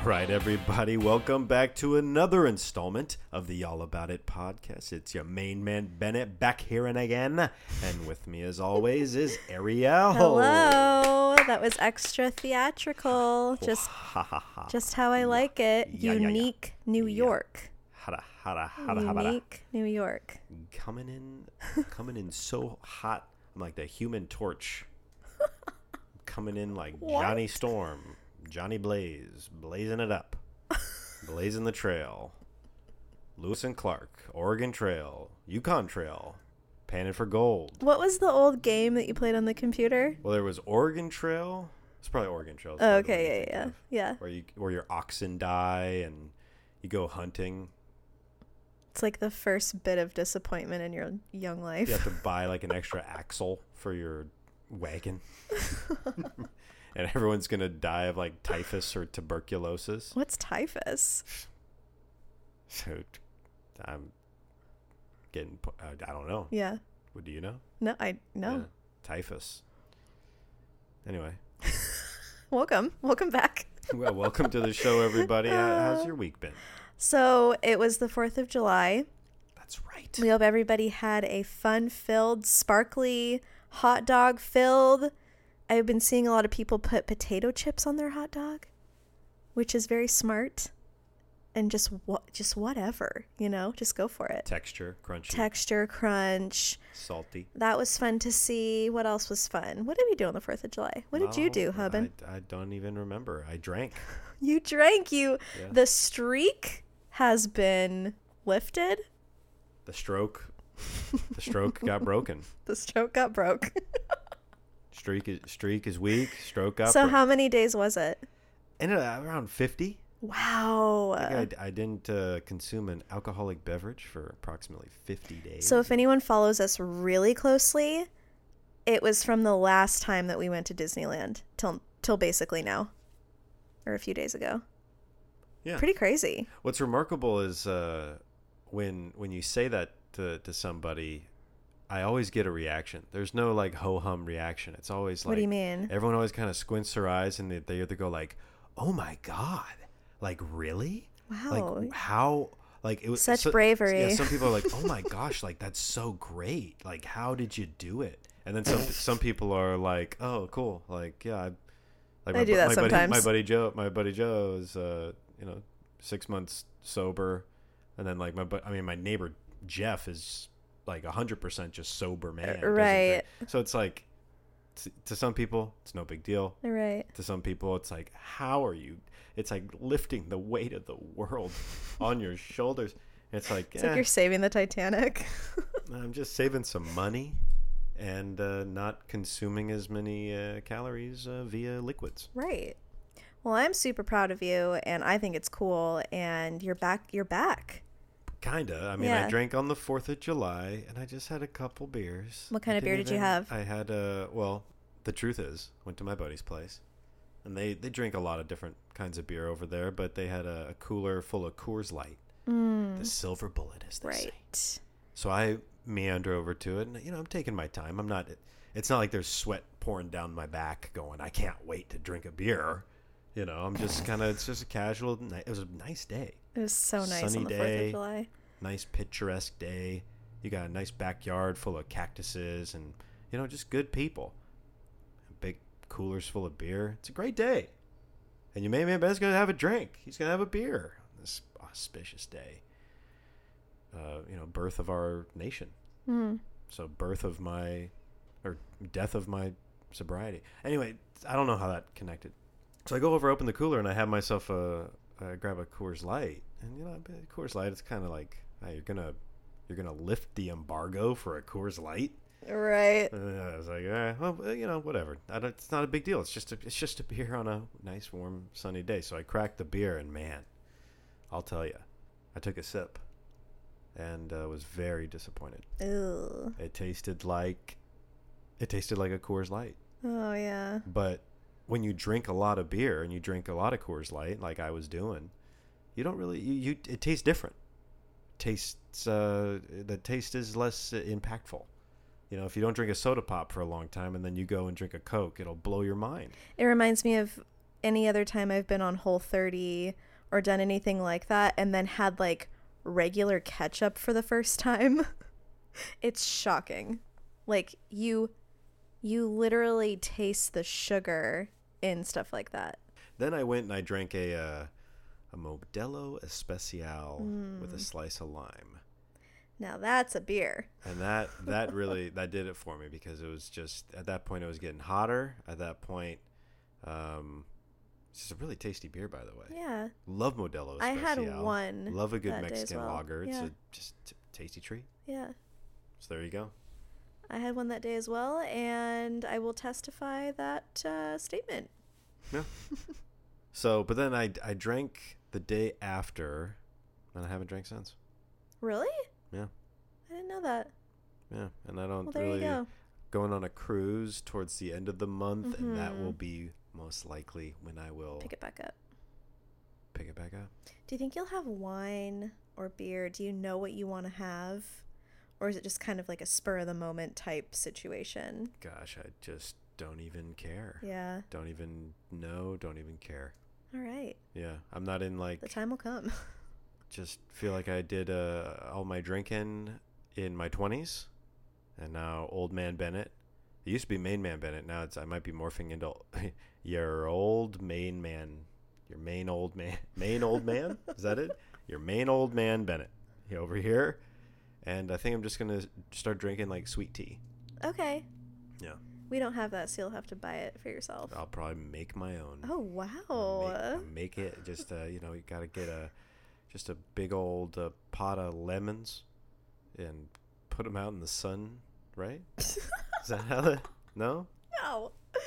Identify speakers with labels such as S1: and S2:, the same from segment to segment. S1: All right, everybody, welcome back to another installment of the All About It podcast. It's your main man Bennett back here and again, and with me, as always, is Ariel.
S2: Hello. That was extra theatrical. Just
S1: Ha ha ha.
S2: just how I like it.
S1: Yeah, yeah, yeah.
S2: Unique New York.
S1: Hada hada hada hada.
S2: Unique New York.
S1: Coming in, coming in so hot. I'm like the Human Torch. Coming in like Johnny Storm, Johnny Blaze, blazing it up, blazing the trail. Lewis and Clark, Oregon Trail, Yukon Trail, panning for gold.
S2: What was the old game that you played on the computer?
S1: Well, there was Oregon Trail. It's probably Oregon Trail. is
S2: Oh,
S1: probably the one
S2: okay,
S1: I'm
S2: yeah,
S1: thinking of,
S2: yeah, yeah.
S1: Where you where your oxen die and you go hunting.
S2: It's like the first bit of disappointment in your young life.
S1: You have to buy like an extra axle for your wagon. and everyone's gonna die of like typhus or tuberculosis.
S2: What's typhus?
S1: So I'm getting. pu- I I don't know.
S2: Yeah.
S1: What do you know?
S2: No, I no.
S1: Yeah, typhus. Anyway,
S2: Welcome. Welcome back.
S1: well, welcome to the show, everybody. How, how's your week been?
S2: So, it was the 4th of July.
S1: That's right.
S2: We hope everybody had a fun filled, sparkly, hot dog filled. I've been seeing a lot of people put potato chips on their hot dog, which is very smart. And just what just whatever, you know, just go for it.
S1: Texture, crunchy,
S2: Texture, crunch.
S1: salty.
S2: That was fun to see. What else was fun? What did we do on the 4th of July? What did you
S1: Well,
S2: do, Hubbin?
S1: Oh, I, I don't even remember. I drank.
S2: You drank. You
S1: Yeah.
S2: the streak has been lifted.
S1: The stroke. The stroke got broken.
S2: The stroke got broke.
S1: Streak is streak is weak. Stroke got
S2: so
S1: broken.
S2: how many days was it?
S1: ended up around 50
S2: Wow.
S1: I, think I, I didn't uh, consume an alcoholic beverage for approximately 50 days
S2: So if anyone follows us really closely, it was from the last time that we went to Disneyland till till basically now, or a few days ago.
S1: Yeah.
S2: Pretty crazy.
S1: what's remarkable is uh, when when you say that to, to somebody i always get a reaction there's no like ho-hum reaction it's always like
S2: What do you mean?
S1: everyone always kind of squints their eyes and they, they either go like oh my god like really
S2: Wow.
S1: like how like it was
S2: Oh. Such
S1: so- yeah
S2: bravery.
S1: some people are like oh my gosh like that's so great like how did you do it and then some some people are like oh cool like yeah I, like
S2: I do that
S1: my buddy, my
S2: sometimes.
S1: buddy Joe my buddy Joe is uh you know six months sober and then like my bu- I mean my neighbor Jeff is like hundred percent just
S2: Uh,
S1: sober man doesn't drink. so it's like t- to some people it's no big deal
S2: All right.
S1: to some people it's like how are you it's like lifting the weight of the world on your shoulders it's like,
S2: It's
S1: eh,
S2: like you're saving the Titanic.
S1: i'm just saving some money and uh, not consuming as many uh, calories uh, via liquids
S2: right. Well, I'm super proud of you, and I think it's cool. And you're back. You're back.
S1: kinda i mean i
S2: Yeah.
S1: drank on the 4th of july and i just had a couple beers
S2: What kind
S1: I
S2: of beer
S1: didn't
S2: did you
S1: even-
S2: have?
S1: i had uh, well the truth is went to my buddy's place and they, they drink a lot of different kinds of beer over there, but they had a, a cooler full of Coors Light, the silver bullet, as they say.
S2: Mm. Right.
S1: So I meander over to it, and you know, I'm taking my time. I'm not. It's not like there's sweat pouring down my back, going, I can't wait to drink a beer. You know, I'm just kind of. It's just a casual. ni- It was a nice day,
S2: It was so nice
S1: Sunny
S2: on the Fourth
S1: day.
S2: of July.
S1: nice picturesque day. You got a nice backyard full of cactuses, and you know, just good people. Big coolers full of beer. It's a great day, and your main man Ben's gonna have a drink. He's gonna have a beer on this auspicious day. Uh, you know, birth of our nation.
S2: Hmm.
S1: so birth of my or death of my sobriety anyway i don't know how that connected so i go over open the cooler and i have myself a I grab a coors light and you know a coors light it's kind of like hey, you're gonna you're gonna lift the embargo for a coors light
S2: Right.
S1: and i was like all right, well uh, you know whatever I don't, it's not a big deal it's just a, it's just a beer on a nice warm sunny day so i cracked the beer and man i'll tell you i took a sip and uh, was very disappointed
S2: Ew.
S1: it tasted like it tasted like a Coors Light.
S2: Oh yeah.
S1: But when you drink a lot of beer and you drink a lot of Coors Light, like I was doing, you don't really you, you it tastes different. Tastes uh, the taste is less impactful. You know, if you don't drink a soda pop for a long time and then you go and drink a Coke, it'll blow your mind.
S2: It reminds me of any other time I've been on Whole 30 or done anything like that and then had like regular ketchup for the first time. it's shocking. Like you you literally taste the sugar in stuff like that.
S1: Then I went and I drank a uh, a Modelo Especial with a slice of lime,
S2: Now that's a beer.
S1: and that that really that did it for me because it was just at that point it was getting hotter. At that point, um, this is a really tasty beer, by the way.
S2: Yeah.
S1: Love Modelo.
S2: I had
S1: Especial.
S2: one
S1: Love a good
S2: that day as
S1: Mexican
S2: well.
S1: lager. It's
S2: Yeah.
S1: a just t- tasty treat.
S2: Yeah.
S1: So there you go.
S2: I had one that day as well and I will testify that uh, statement.
S1: Yeah. so, but then I I drank the day after, and I haven't drank since.
S2: Really?
S1: Yeah,
S2: I didn't know that.
S1: yeah, and I don't
S2: Well, there
S1: really
S2: you go.
S1: going on a cruise towards the end of the month, and that will be most likely when I will
S2: Mm-hmm. Pick it back up.
S1: pick it back up.
S2: Do you think you'll have wine or beer? Do you know what you want to have? Or is it just kind of like a spur of the moment type situation?
S1: Gosh, I just don't even care.
S2: Yeah.
S1: Don't even know. Don't even care.
S2: All right.
S1: Yeah, I'm not in like
S2: The time will come.
S1: just feel like I did uh, all my drinking in my 20s, and now old man Bennett. It used to be main man Bennett. Now it's I might be morphing into your old main man, your main old man, main old man. Is that it? Your main old man Bennett He over here, and I think I'm just gonna start drinking like sweet tea.
S2: okay.
S1: Yeah, Oh.
S2: We don't have that, so you'll have to buy it for yourself.
S1: I'll probably make my own.
S2: Oh,
S1: I'll make-
S2: wow.
S1: I'll make, it just uh, you know you gotta get a just a big old uh, pot of lemons and put them out in the sun right is that how that no
S2: No. I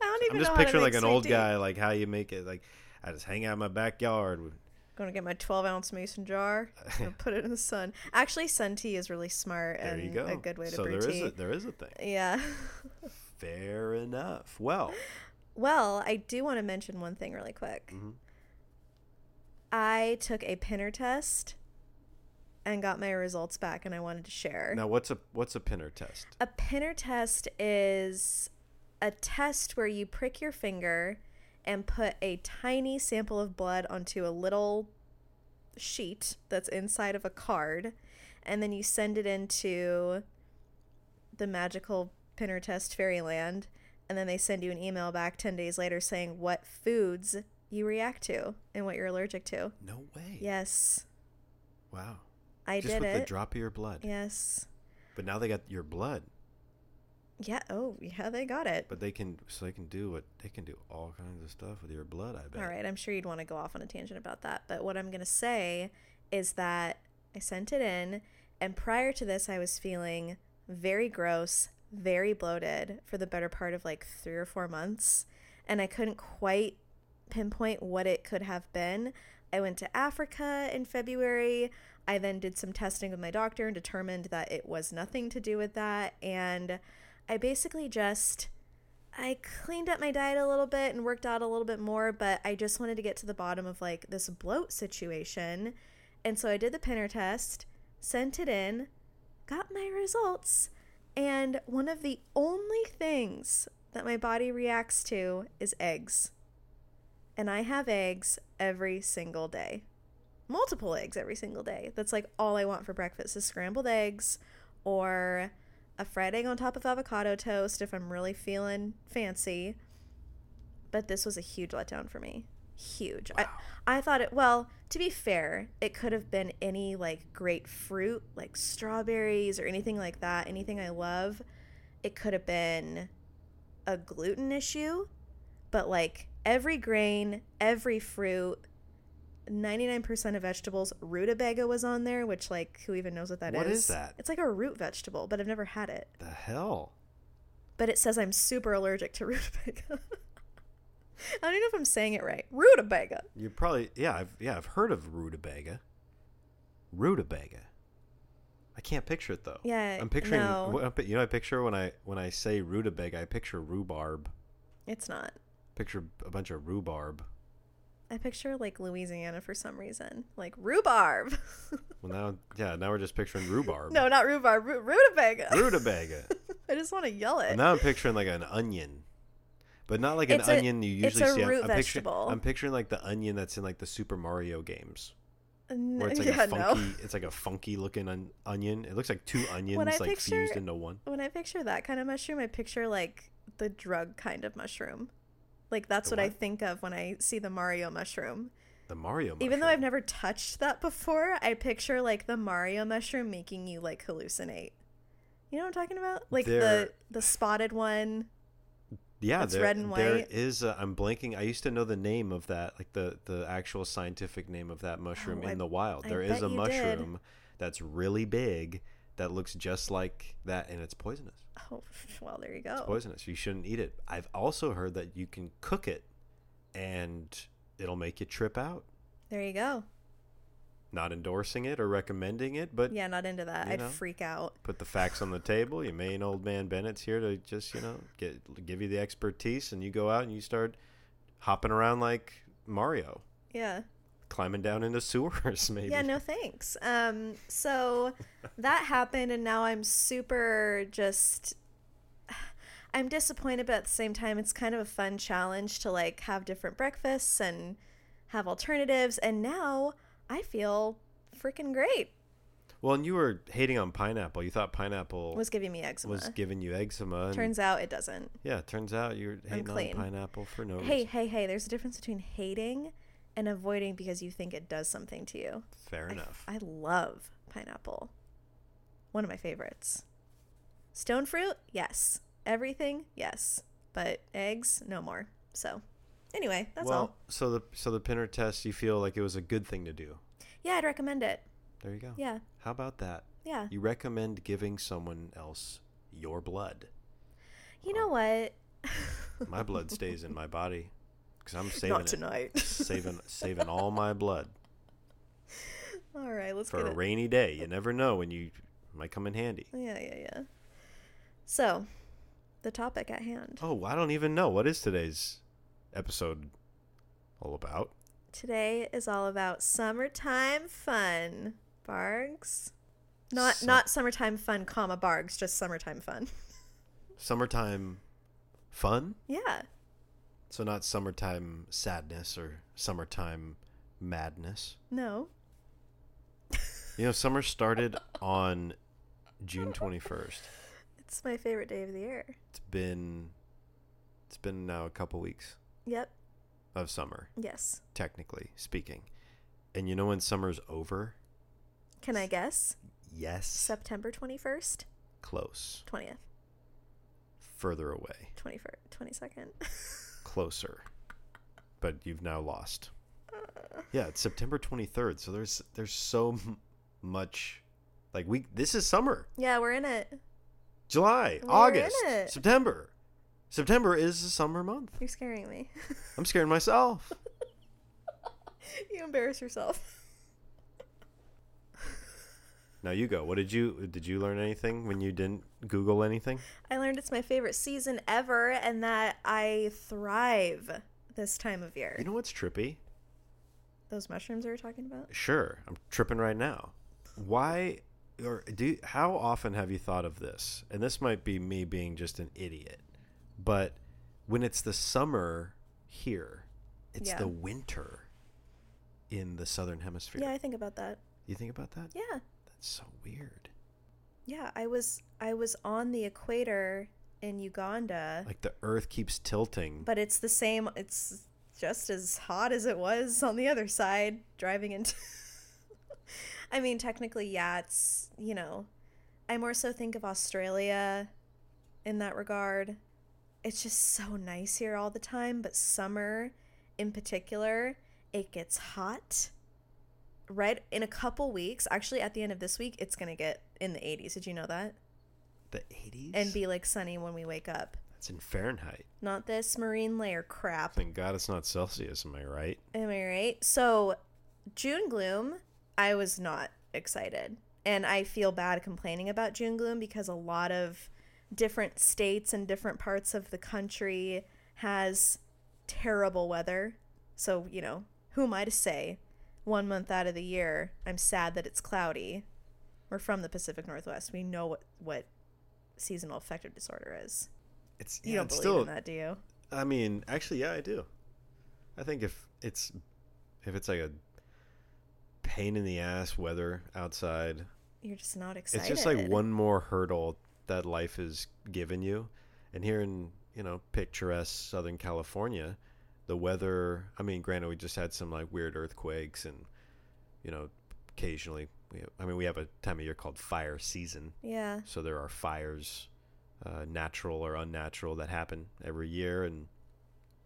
S2: don't even
S1: i'm just
S2: know how to
S1: picturing like
S2: make
S1: an
S2: sweet
S1: old
S2: tea.
S1: guy like how you make it like i just hang out in my backyard with-
S2: Gonna get my 12 ounce mason jar. Gonna put it in the sun. Actually, sun tea is really smart
S1: there
S2: and
S1: you go
S2: a good way to
S1: so
S2: brew
S1: there is
S2: tea.
S1: a there is a thing
S2: Yeah.
S1: fair enough well
S2: Well, I do want to mention one thing really quick. I took a pinner test and got my results back, and I wanted to share.
S1: now what's a what's a pinner test
S2: A pinner test is a test where you prick your finger and put a tiny sample of blood onto a little sheet that's inside of a card, and then you send it into the magical pinner test fairyland, and then they send you an email back 10 days later saying what foods you react to and what you're allergic to.
S1: no way
S2: Yes,
S1: wow
S2: I
S1: just
S2: did
S1: with
S2: it.
S1: the drop of your blood
S2: yes.
S1: but now they got your blood
S2: Yeah, oh, yeah, they got it.
S1: But they can, so they can do what they can do all kinds of stuff with your blood. I bet.
S2: All right, I'm sure you'd want to go off on a tangent about that. But what I'm going to say is that I sent it in, and prior to this, I was feeling very gross, very bloated for the better part of like three or four months. And I couldn't quite pinpoint what it could have been. I went to Africa in February. I then did some testing with my doctor and determined that it was nothing to do with that. And I basically just. I cleaned up my diet a little bit and worked out a little bit more, but I just wanted to get to the bottom of like this bloat situation. And so I did the pinner test, sent it in, got my results, and one of the only things that my body reacts to is eggs. And I have eggs every single day. Multiple eggs every single day. That's like all I want for breakfast is scrambled eggs or a fried egg on top of avocado toast if I'm really feeling fancy. But this was a huge letdown for me. Huge. I, I thought it, well, to be fair, it could have been any like great fruit, like strawberries or anything like that, anything I love. It could have been a gluten issue, but like every grain, every fruit, 99% of vegetables, rutabaga was on there, which like who even knows what that is?
S1: What is that?
S2: It's like a root vegetable, but I've never had it.
S1: The hell.
S2: But it says I'm super allergic to rutabaga. I don't even know if I'm saying it right. Rutabaga.
S1: You probably yeah I've yeah I've heard of rutabaga. Rutabaga. I can't picture it though.
S2: Yeah,
S1: I'm picturing.
S2: no.
S1: wh- I'm pi- You know, I picture when I when I say rutabaga, I picture rhubarb.
S2: It's not.
S1: Picture a bunch of rhubarb.
S2: I picture like Louisiana for some reason. Like rhubarb.
S1: Well, now yeah, now we're just picturing rhubarb.
S2: no, not rhubarb. Ru- rutabaga.
S1: Rutabaga.
S2: I just want to yell it.
S1: and now I'm picturing like an onion. But not like
S2: It's
S1: an
S2: a-
S1: onion you
S2: it's
S1: usually
S2: a
S1: see. I'm-
S2: root
S1: I'm, picturing,
S2: vegetable.
S1: I'm picturing like the onion that's in like the Super Mario games,
S2: N-
S1: where it's like
S2: yeah,
S1: a
S2: no.
S1: funky, it's like a funky looking on- onion. It looks like two onions
S2: I
S1: like
S2: picture-
S1: fused into one.
S2: When I picture that kind of mushroom, I picture like the drug kind of mushroom. Like that's
S1: The
S2: what, I
S1: what?
S2: think of when I see the Mario mushroom.
S1: The Mario. Mushroom.
S2: Even though I've never touched that before, I picture like the Mario mushroom making you like hallucinate. You know what I'm talking about? Like
S1: There-
S2: the the spotted one.
S1: yeah,
S2: it's
S1: there,
S2: red and
S1: there
S2: white.
S1: is. A, I'm blanking. I used to know the name of that, like the the actual scientific name of that mushroom
S2: Oh,
S1: in
S2: I-
S1: the wild.
S2: I
S1: There is a
S2: bet you did.
S1: mushroom that's really big that looks just like that, and it's poisonous.
S2: Oh, well, there you
S1: It's
S2: go.
S1: poisonous. You shouldn't eat it. I've also heard that you can cook it, and it'll make you trip out.
S2: There you go.
S1: Not endorsing it or recommending it, but
S2: Yeah, not into that.
S1: you
S2: I'd
S1: know.
S2: freak out.
S1: put the facts on the table. Your main old man Bennett's here to just you know get give you the expertise, and you go out and you start hopping around like Mario,
S2: Yeah.
S1: climbing down into sewers. Maybe
S2: Yeah, no thanks. Um, so that happened, and now I'm super just. I'm disappointed, but at the same time, it's kind of a fun challenge to like have different breakfasts and have alternatives. And now I feel freaking great.
S1: Well, and you were hating on pineapple. You thought pineapple was,
S2: Was giving me eczema.
S1: giving you eczema. And
S2: Turns out it doesn't.
S1: yeah, turns out you're hating on
S2: clean.
S1: pineapple for no
S2: Hey,
S1: reason.
S2: hey, hey, there's a difference between hating and avoiding because you think it does something to you.
S1: Fair
S2: I-
S1: enough.
S2: I, love pineapple. One of my favorites. Stone fruit, yes. Everything, yes. But eggs, no more. So, anyway, that's
S1: well,
S2: all.
S1: so the so the pinner test, you feel like it was a good thing to do.
S2: Yeah, I'd recommend it.
S1: There you go.
S2: Yeah,
S1: How about that?
S2: yeah.
S1: You recommend giving someone else your blood.
S2: You know what?
S1: My blood stays in my body because I'm saving
S2: Not
S1: it.
S2: tonight.
S1: saving saving all my blood
S2: all right, let's
S1: for
S2: get
S1: a
S2: it.
S1: rainy day. You never know when you might come in handy.
S2: Yeah, yeah, yeah. So, the topic at hand.
S1: Oh, I don't even know what is today's episode all about.
S2: Today is all about summertime fun. Bargs. Not
S1: Sum-
S2: not summertime fun, comma bargs, just summertime fun.
S1: Summertime fun,
S2: yeah.
S1: so not summertime sadness or summertime madness.
S2: No.
S1: You know, summer started on June twenty first.
S2: It's my favorite day of the year.
S1: It's been it's been now a couple weeks
S2: Yep.
S1: of summer,
S2: Yes.
S1: technically speaking. And you know when summer's over?
S2: Can I guess?
S1: Yes.
S2: September 21st,
S1: Close.
S2: 20th,
S1: Further away.
S2: 21st, 22nd.
S1: closer, but you've now lost. Yeah, it's September 23rd, so there's there's so m- much like we this is summer.
S2: yeah, we're in it.
S1: July,
S2: We're in
S1: August,
S2: it.
S1: September. September is a summer month.
S2: You're scaring me.
S1: I'm scaring myself.
S2: you embarrass yourself.
S1: Now you go. What did you did you learn anything when you didn't Google anything?
S2: I learned it's my favorite season ever and that I thrive this time of year.
S1: You know what's trippy?
S2: Those mushrooms we were talking about?
S1: Sure, I'm tripping right now. Why or do how often have you thought of this? And this might be me being just an idiot, but when it's the summer here, it's
S2: Yeah.
S1: the winter in the southern hemisphere.
S2: Yeah, I think about that.
S1: You think about that?
S2: Yeah.
S1: That's so weird.
S2: Yeah, I was I was on the equator in Uganda,
S1: Like the earth keeps tilting.
S2: but it's the same it's just as hot as it was on the other side driving into I mean, technically, yeah, it's, you know, I more so think of Australia in that regard. It's just so nice here all the time, but summer in particular, it gets hot. Right in a couple weeks, actually at the end of this week, it's going to get in the 80s. Did you know that?
S1: the 80s?
S2: And be like sunny when we wake up.
S1: That's in Fahrenheit.
S2: Not this marine layer crap.
S1: Thank God it's not Celsius, am I right?
S2: Am I right? So, June Gloom, I was not excited. And I feel bad complaining about June Gloom because a lot of different states and different parts of the country has terrible weather. So, you know, who am I to say? One month out of the year, I'm sad that it's cloudy. We're from the Pacific Northwest. We know what, what seasonal affective disorder is.
S1: It's
S2: You
S1: yeah,
S2: don't
S1: it's
S2: believe
S1: still
S2: in that, do you?
S1: I mean, actually, yeah, I do. I think if it's if it's like a pain in the ass weather outside,
S2: You're just not excited.
S1: it's just like one more hurdle that life has given you. And here in you know picturesque Southern California, the weather. I mean, granted, we just had some like weird earthquakes, and you know, occasionally. We I mean, we have a time of year called fire season.
S2: Yeah.
S1: So there are fires, uh, natural or unnatural, that happen every year, and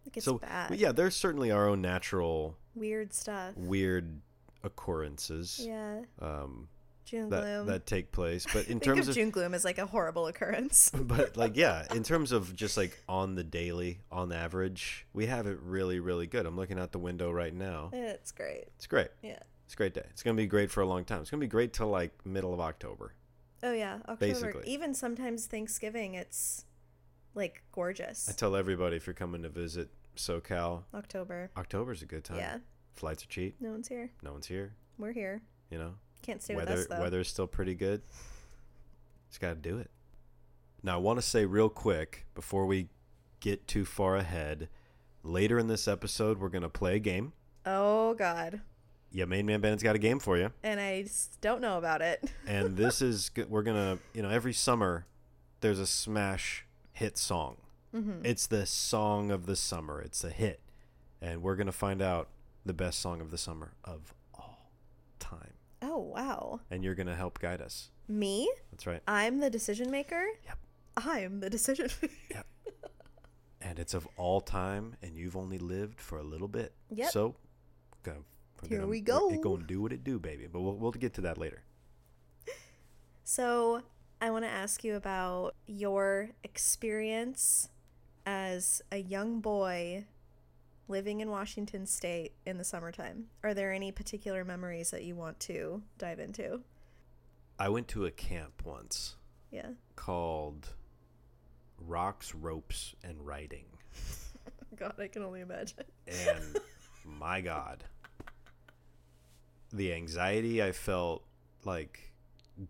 S2: Like it's
S1: so
S2: bad.
S1: yeah, there's certainly our own natural
S2: Weird stuff.
S1: weird occurrences
S2: Yeah.
S1: um,
S2: June
S1: that
S2: gloom.
S1: that take place. But in
S2: Think
S1: terms
S2: of,
S1: of,
S2: June gloom as like a horrible occurrence.
S1: but like yeah, in terms of just like on the daily, on average, we have it really, really good. I'm looking out the window right now.
S2: it's great.
S1: It's great.
S2: Yeah.
S1: It's a great day. It's gonna be great for a long time. It's gonna be great till like middle of October.
S2: Oh yeah. October.
S1: Basically.
S2: Even sometimes Thanksgiving, it's like
S1: I
S2: gorgeous.
S1: tell everybody if you're coming to visit SoCal,
S2: October.
S1: October's a good time.
S2: Yeah.
S1: Flights are cheap.
S2: No one's here.
S1: No one's here.
S2: We're here.
S1: You know.
S2: Can't stay
S1: weather
S2: with us though.
S1: weather's still pretty good. Just got to do it. Now I want to say real quick before we get too far ahead. Later in this episode, we're gonna play a game.
S2: Oh god.
S1: Yeah, main man Bennett's got a game for you,
S2: And I s- don't know about it.
S1: and this is g- we're gonna you know every summer there's a smash hit song. It's the song of the summer. It's a hit, and we're gonna find out the best song of the summer of all time.
S2: Oh wow.
S1: And you're gonna help guide us.
S2: Me?
S1: That's right.
S2: I'm the decision maker.
S1: Yep.
S2: I'm the decision. maker.
S1: and it's of all time, and you've only lived for a little bit.
S2: Yep.
S1: So, go, we're
S2: Here
S1: gonna,
S2: we
S1: It's
S2: go.
S1: going to do what it do, baby. But we'll, we'll get to that later.
S2: so I want to ask you about your experience as a young boy living in Washington State in the summertime. Are there any particular memories that you want to dive into?
S1: I went to a camp once
S2: Yeah.
S1: called Rocks, Ropes, and Writing.
S2: God, I can only imagine.
S1: And my God, the anxiety I felt like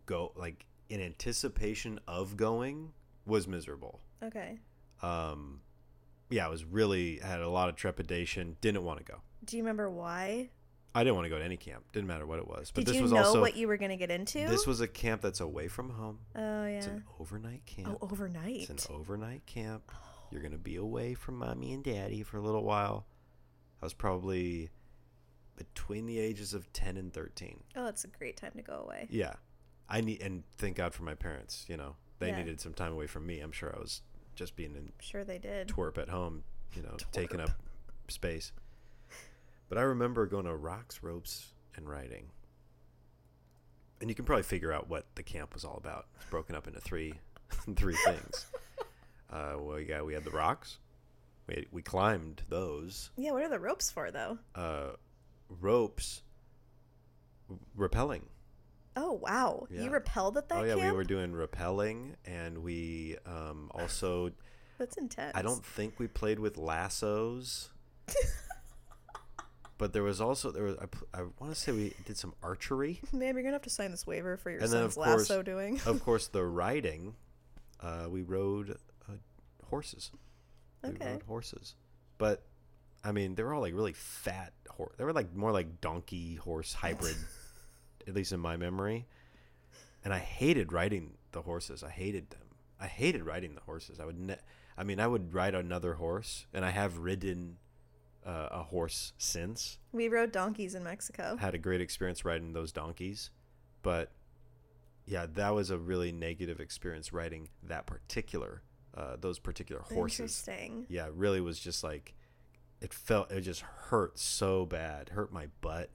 S1: go like in anticipation of going was miserable.
S2: Okay.
S1: Um, yeah, I was really had a lot of trepidation. Didn't want to go.
S2: Do you remember why?
S1: I didn't want to go to any camp. Didn't matter what it was. But
S2: Did
S1: this
S2: you
S1: was
S2: know
S1: also
S2: what you were going to get into?
S1: this was a camp that's away from home.
S2: oh
S1: It's
S2: yeah.
S1: an overnight camp.
S2: Oh, overnight.
S1: It's an overnight camp. You're gonna be away from mommy and daddy for a little while. I was probably between the ages of ten and thirteen.
S2: Oh, it's a great time to go away.
S1: Yeah, I need and thank God for my parents. You know, they
S2: Yeah.
S1: needed some time away from me. I'm sure I was just being in
S2: I'm sure they did.
S1: twerp at home. You know, taking up space. But I remember going to rocks, ropes, and riding. And you can probably figure out what the camp was all about. It's broken up into three, three things. Uh, well, yeah, we had the rocks. We we climbed those
S2: Yeah, what are the ropes for though?
S1: uh, ropes. Repelling.
S2: Oh wow,
S1: Yeah.
S2: you repelled at that
S1: oh yeah, we
S2: camp.
S1: were doing repelling, and we um, also
S2: That's intense.
S1: I don't think we played with lassos. but there was also there was I, pl- I want to say we did some archery,
S2: Ma'am, you're gonna have to sign this waiver for your
S1: and then of
S2: son's
S1: course uh,
S2: lasso doing.
S1: of course the riding. Uh, we rode uh, horses. We
S2: Okay.
S1: rode horses, but I mean they were all like really fat horse. They were like more like donkey horse hybrid, at least in my memory. And I hated riding the horses. I hated them. I hated riding the horses. I would ne- I mean I would ride another horse, and I have ridden uh, a horse since.
S2: we rode donkeys in Mexico.
S1: Had a great experience riding those donkeys, but yeah, that was a really negative experience riding that particular uh, those particular horses
S2: Interesting.
S1: yeah, it really was just like it felt it just hurt so bad. Hurt my butt.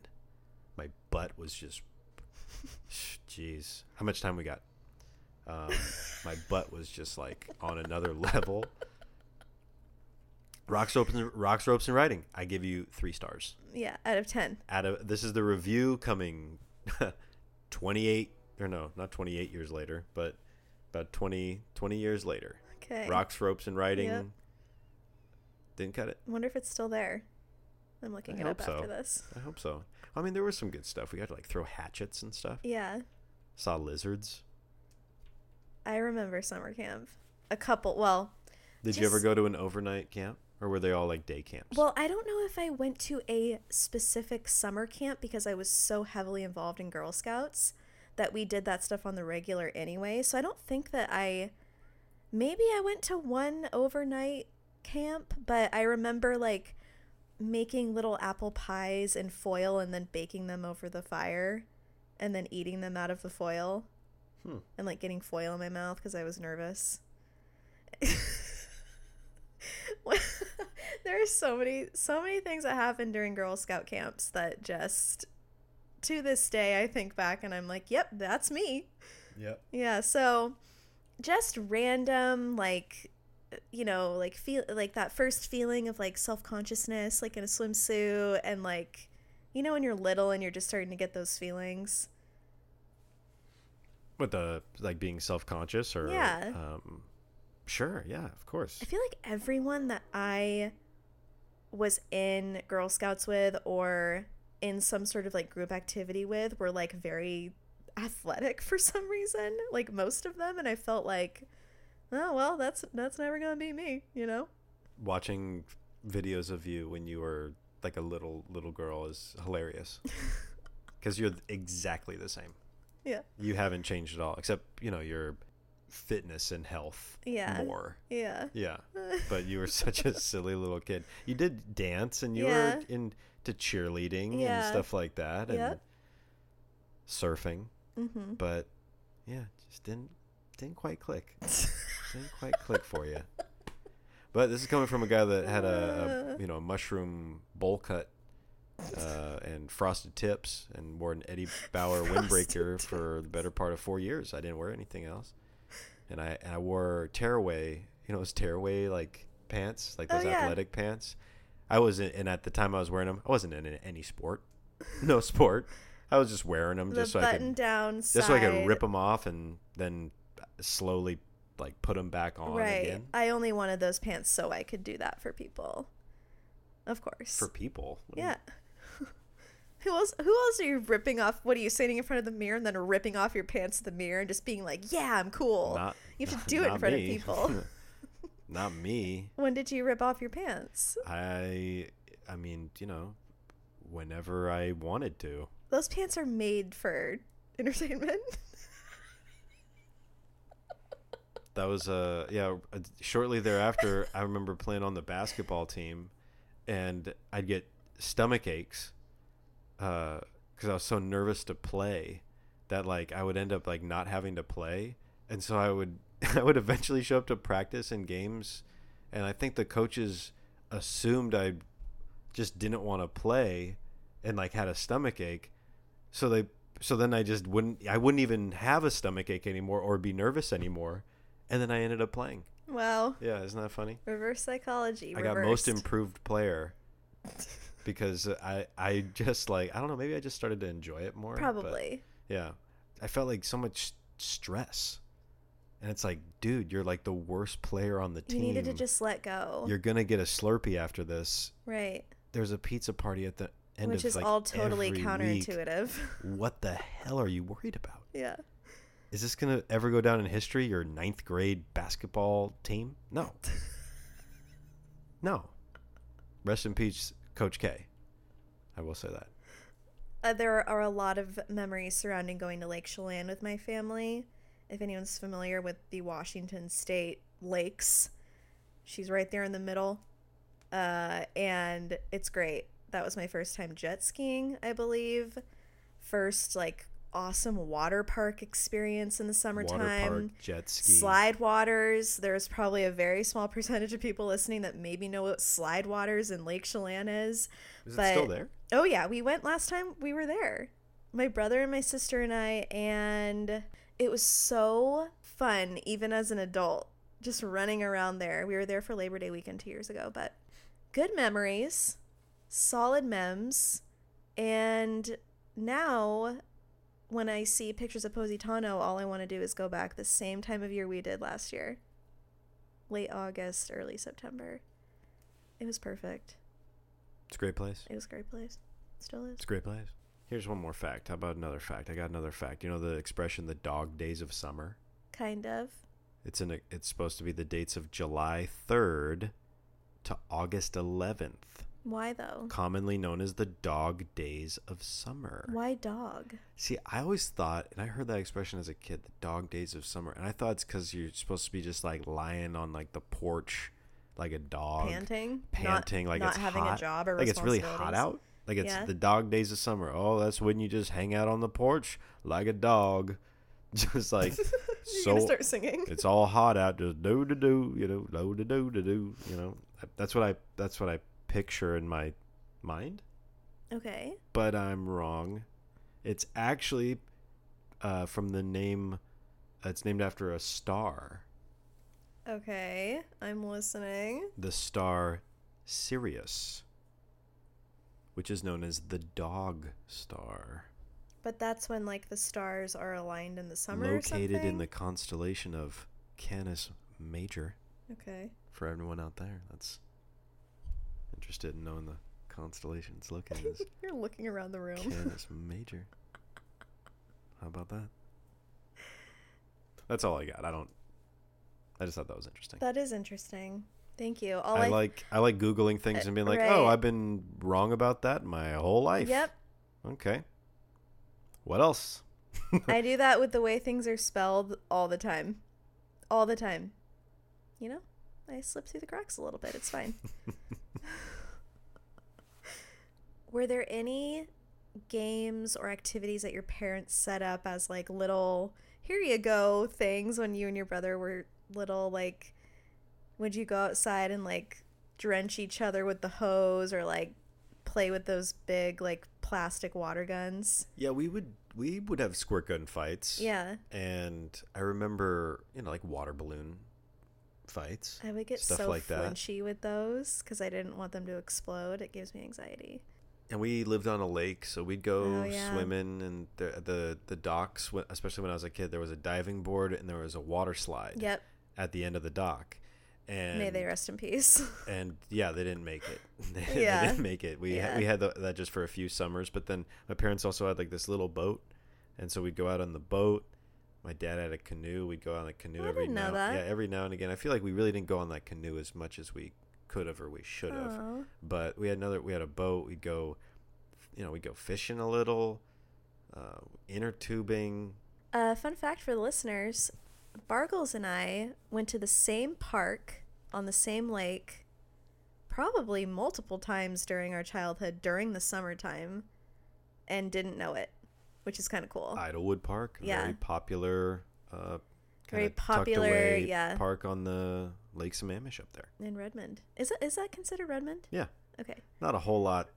S1: My butt was just jeez. How much time we got? Um, my butt was just like on another level. Rocks ropes and rocks ropes and riding. I give you 3 stars.
S2: Yeah, out of ten.
S1: Out of this is the review coming 28 or no, not 28 years later, but about 20 20 years later.
S2: Okay.
S1: Rocks, ropes, and riding.
S2: Yep.
S1: Didn't cut it.
S2: Wonder if it's still there. I'm looking
S1: I
S2: it up
S1: hope so.
S2: after this.
S1: I hope so. I mean, there was some good stuff. We got to like throw hatchets and stuff.
S2: Yeah,
S1: Saw lizards.
S2: I remember summer camp. A couple. Well,
S1: Did you ever
S2: Just-
S1: go to an overnight camp? Or were they all like day camps?
S2: Well, I don't know if I went to a specific summer camp because I was so heavily involved in Girl Scouts that we did that stuff on the regular anyway. So I don't think that I. Maybe I went to one overnight camp, but I remember like making little apple pies in foil and then baking them over the fire and then eating them out of the foil
S1: Hmm.
S2: and like getting foil in my mouth because I was nervous. there are so many so many things that happened during Girl Scout camps that just to this day I think back and I'm like, yep, that's me.
S1: Yep.
S2: Yeah, so just random like you know, like feel like that first feeling of like self-consciousness like in a swimsuit and like you know when you're little and you're just starting to get those feelings.
S1: With the like being self conscious or
S2: Yeah.
S1: Um, sure. Yeah. Of course.
S2: I feel like everyone that I was in Girl Scouts with or in some sort of like group activity with were like very athletic for some reason, like most of them, and I felt like, oh well, that's that's never gonna be me, you know?
S1: Watching videos of you when you were like a little little girl is hilarious. Because you're exactly the same.
S2: Yeah.
S1: You haven't changed at all, except you know your fitness and health.
S2: Yeah.
S1: More.
S2: Yeah.
S1: Yeah. But you were such a silly little kid. You did dance and you
S2: Yeah.
S1: were into cheerleading and
S2: Yeah.
S1: stuff like that and
S2: Yep.
S1: surfing,
S2: mm-hmm.
S1: but yeah, just didn't didn't quite click. didn't quite click for you. But this is coming from a guy that had
S2: Uh.
S1: a, a you know a mushroom bowl cut uh, and frosted tips and wore an Eddie Bauer windbreaker for the better part of four years. I didn't wear anything else, and I and I wore tearaway you know those tearaway like pants like
S2: Oh,
S1: those
S2: yeah.
S1: athletic pants. I wasn't and at the time I was wearing them. I wasn't in any sport, no sport. I was just wearing them
S2: The
S1: just so I
S2: button
S1: could
S2: down side.
S1: just so I could rip them off and then slowly like put them back on
S2: Right.
S1: again
S2: I only wanted those pants so I could do that for people. Of course.
S1: for people. What do you-
S2: Yeah. Who else? Who else are you ripping off? What are you standing in front of the mirror and then ripping off your pants to the mirror and just being like, "Yeah, I'm cool."
S1: Not,
S2: you have to do it in
S1: not
S2: front
S1: me.
S2: of people.
S1: not me.
S2: when did you rip off your pants?
S1: I I mean, you know, whenever I wanted to.
S2: Those pants are made for entertainment.
S1: That was uh yeah, uh, shortly thereafter I remember playing on the basketball team and I'd get stomach aches uh cuz I was so nervous to play that like I would end up like not having to play and so I would I would eventually show up to practice and games and I think the coaches assumed I just didn't want to play and like had a stomach ache so they so then I just wouldn't I wouldn't even have a stomach ache anymore or be nervous anymore and then I ended up playing
S2: wow.
S1: yeah isn't that funny
S2: Reverse psychology.
S1: I got most
S2: reversed.
S1: improved player because I I just like I don't know maybe I just started to enjoy it more but
S2: Probably.
S1: yeah I felt like so much stress and it's like dude you're like the worst player on the
S2: You
S1: team
S2: needed to just let go.
S1: you're gonna get a Slurpee after this
S2: right.
S1: there's a pizza party at the end
S2: Which
S1: of
S2: is
S1: like
S2: all totally
S1: every week.
S2: counterintuitive.
S1: what the hell are you worried about
S2: yeah.
S1: is this gonna ever go down in history your ninth grade basketball team no no rest in peace coach k i will say that
S2: Uh, there are a lot of memories surrounding going to Lake Chelan with my family. If anyone's familiar with the Washington State lakes, she's right there in the middle. Uh, and it's great. That was my first time jet skiing, I believe. First, like, awesome water park experience in the summertime.
S1: water park jet ski
S2: Slide waters. There's probably a very small percentage of people listening that maybe know what slide waters and Lake Chelan is.
S1: is
S2: but-
S1: it still there
S2: Oh yeah, we went last time we were there. My brother and my sister and I and it was so fun even as an adult just running around there. We were there for Labor Day weekend 2 years ago, but good memories, solid memes, and now when I see pictures of Positano, all I want to do is go back the same time of year we did last year. Late August, early September. It was perfect.
S1: it's a great place
S2: It was a great place. Still is.
S1: it's a great place here's one more fact how about another fact i got another fact you know the expression the dog days of summer
S2: Kind of.
S1: it's in a, it's supposed to be the dates of july 3rd to August 11th,
S2: Why though?
S1: commonly known as the dog days of summer.
S2: Why dog?
S1: See, I always thought, and I heard that expression as a kid, the dog days of summer, and I thought it's because you're supposed to be just like lying on like the porch, like a dog,
S2: Panting? Not-
S1: panting, like
S2: not
S1: it's
S2: having
S1: hot,
S2: a job or
S1: like it's really hot
S2: responsibilities?
S1: out. Like it's
S2: Yeah.
S1: the dog days of summer. Oh, that's when you just hang out on the porch like a dog, just like
S2: You're
S1: so.
S2: gonna start singing.
S1: it's all hot out, just do to do, you know, do to do to do, you know. That's what I. That's what I picture in my mind
S2: Okay.
S1: but I'm wrong. It's actually uh, from the name. uh, It's named after a star,
S2: Okay. I'm listening.
S1: the star Sirius, which is known as the dog star,
S2: But that's when like the stars are aligned in the summer. or
S1: located in
S2: something?
S1: the constellation of Canis Major.
S2: Okay.
S1: For everyone out there that's interested in knowing the constellations, look at this
S2: You're looking around the room.
S1: Canis Major. How about that? That's all I got. I don't. I just thought that was interesting.
S2: That is interesting. Thank you. All
S1: I
S2: I,
S1: like I like googling things
S2: Uh,
S1: and being like, oh,
S2: right.
S1: I've been wrong about that my whole life.
S2: Yep.
S1: Okay. What else?
S2: I do that with the way things are spelled all the time. All the time. You know? I slip through the cracks a little bit. It's fine. Were there any games or activities that your parents set up as like little here you go things when you and your brother were little like would you go outside and like drench each other with the hose or like play with those big like plastic water guns?
S1: Yeah, we would we would have squirt gun fights.
S2: Yeah.
S1: And I remember you know like water balloon fights.
S2: I would get
S1: stuff
S2: so
S1: like that.
S2: flinchy with those because I didn't want them to explode. It gives me anxiety.
S1: and we lived on a lake, so we'd go
S2: Oh, yeah.
S1: swimming and the the the docks. when- Especially when I was a kid, there was a diving board and there was a water slide
S2: Yep.
S1: at the end of the dock. And
S2: May they rest in peace.
S1: and yeah, they didn't make it. they
S2: Yeah.
S1: didn't make it. We
S2: Yeah.
S1: had, we had the, that just for a few summers, but then my parents also had like this little boat, and so we'd go out on the boat. My dad had a canoe. We'd go on a canoe
S2: Oh, I
S1: every
S2: didn't know
S1: now
S2: that.
S1: yeah every now and again. I feel like we really didn't go on that canoe as much as we could have or we should have
S2: Aw.
S1: but we had another we had a boat we'd go you know we'd go fishing a little uh, inner tubing
S2: Uh, fun fact for the listeners Bargles and I went to the same park on the same lake probably multiple times during our childhood during the summertime and didn't know it, which is kind of cool.
S1: idlewood park
S2: Oh. Yeah.
S1: very popular uh
S2: Very
S1: kinda tucked
S2: popular,
S1: away
S2: yeah.
S1: park on the lake sammamish up there
S2: in Redmond. Is that, is that considered Redmond?
S1: yeah
S2: Okay.
S1: not a whole lot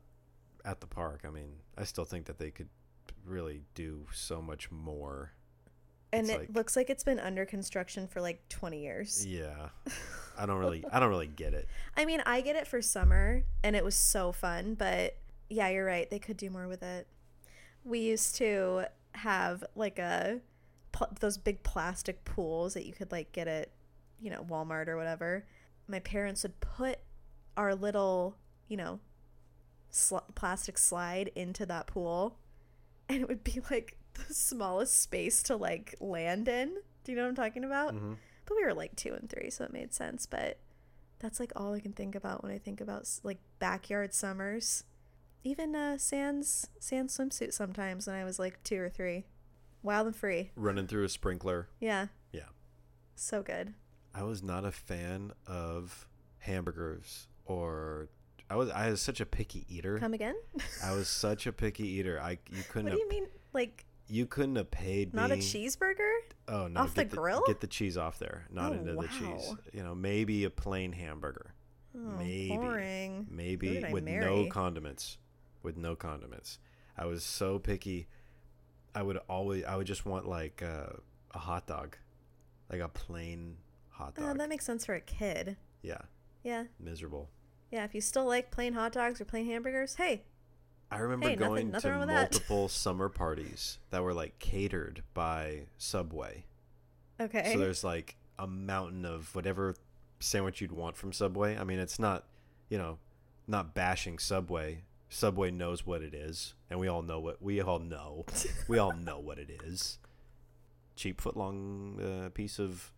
S1: at the park i mean i still think that they could really do so much more
S2: And
S1: It's
S2: it
S1: like-
S2: looks like it's been under construction for like 20 years.
S1: yeah i don't really i don't really get it
S2: I mean, I get it for summer and it was so fun, but yeah, you're right. They could do more with it. We used to have like a pl- those big plastic pools that you could like get at, you know, Walmart or whatever. My parents would put our little, you know, sl- plastic slide into that pool and it would be like the smallest space to like land in. Do you know what I'm talking about?
S1: hmm
S2: But we were like two and three, so it made sense. But that's like all I can think about when I think about s- like backyard summers. Even uh, Sans Sans swimsuit sometimes when I was like two or three. Wild and free.
S1: running through a sprinkler
S2: Yeah,
S1: yeah
S2: so good.
S1: I was not a fan of hamburgers or I was I was such a picky eater.
S2: Come again?
S1: I was such a picky eater. I you couldn't
S2: what
S1: have, you,
S2: do you mean? Like
S1: couldn't have paid
S2: not a
S1: me-
S2: cheeseburger?
S1: Oh no,
S2: off the
S1: get
S2: grill?
S1: Get the cheese off there, not
S2: Oh,
S1: into the cheese.
S2: wow.
S1: You know, maybe a plain hamburger,
S2: Oh,
S1: Maybe.
S2: boring. Who
S1: maybe
S2: did I
S1: with no
S2: marry?
S1: condiments, with no condiments. I was so picky. I would always I would just want like uh, a hot dog, like a plain hot
S2: Uh,
S1: dog.
S2: that makes sense for a kid.
S1: yeah,
S2: Yeah,
S1: miserable.
S2: yeah. If you still like plain hot dogs or plain hamburgers, hey,
S1: I remember
S2: Hey, nothing-
S1: going
S2: nothing wrong
S1: to
S2: with that.
S1: multiple summer parties that were like catered by Subway.
S2: okay.
S1: So there's like a mountain of whatever sandwich you'd want from Subway. I mean, it's not, you know, not bashing Subway. Subway knows what it is, and we all know what we all know. we all know what it is. Cheap footlong uh, piece of